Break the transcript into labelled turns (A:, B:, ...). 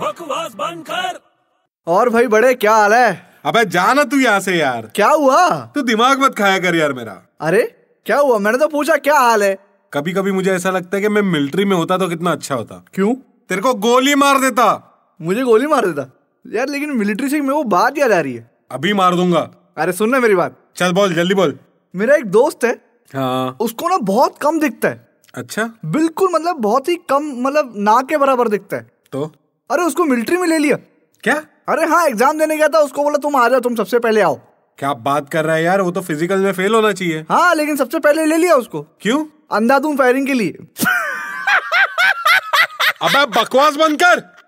A: बकवास बंद कर
B: और भाई बड़े क्या हाल है
C: अबे जाना तू यहाँ से यार
B: क्या हुआ
C: तू दिमाग मत खाया कर यार मेरा
B: अरे क्या हुआ मैंने तो पूछा क्या हाल है
C: कभी कभी मुझे ऐसा लगता है कि मैं मिलिट्री में होता तो कितना अच्छा होता
B: क्यों
C: तेरे को गोली मार देता
B: मुझे गोली मार देता यार लेकिन मिलिट्री से मेरे को बात याद आ रही है
C: अभी मार दूंगा
B: अरे सुन ना मेरी बात
C: चल बोल जल्दी बोल
B: मेरा एक दोस्त है
C: हाँ
B: उसको ना बहुत कम दिखता है
C: अच्छा
B: बिल्कुल मतलब बहुत ही कम मतलब ना के बराबर दिखता है
C: तो
B: अरे उसको मिलिट्री में ले लिया
C: क्या
B: अरे हाँ एग्जाम देने गया था उसको बोला तुम आ जाओ तुम सबसे पहले आओ
C: क्या बात कर रहा है यार वो तो फिजिकल में फेल होना चाहिए
B: हाँ लेकिन सबसे पहले ले लिया उसको
C: क्यों
B: अंधाधुन फायरिंग के लिए
C: अबे बकवास बंद कर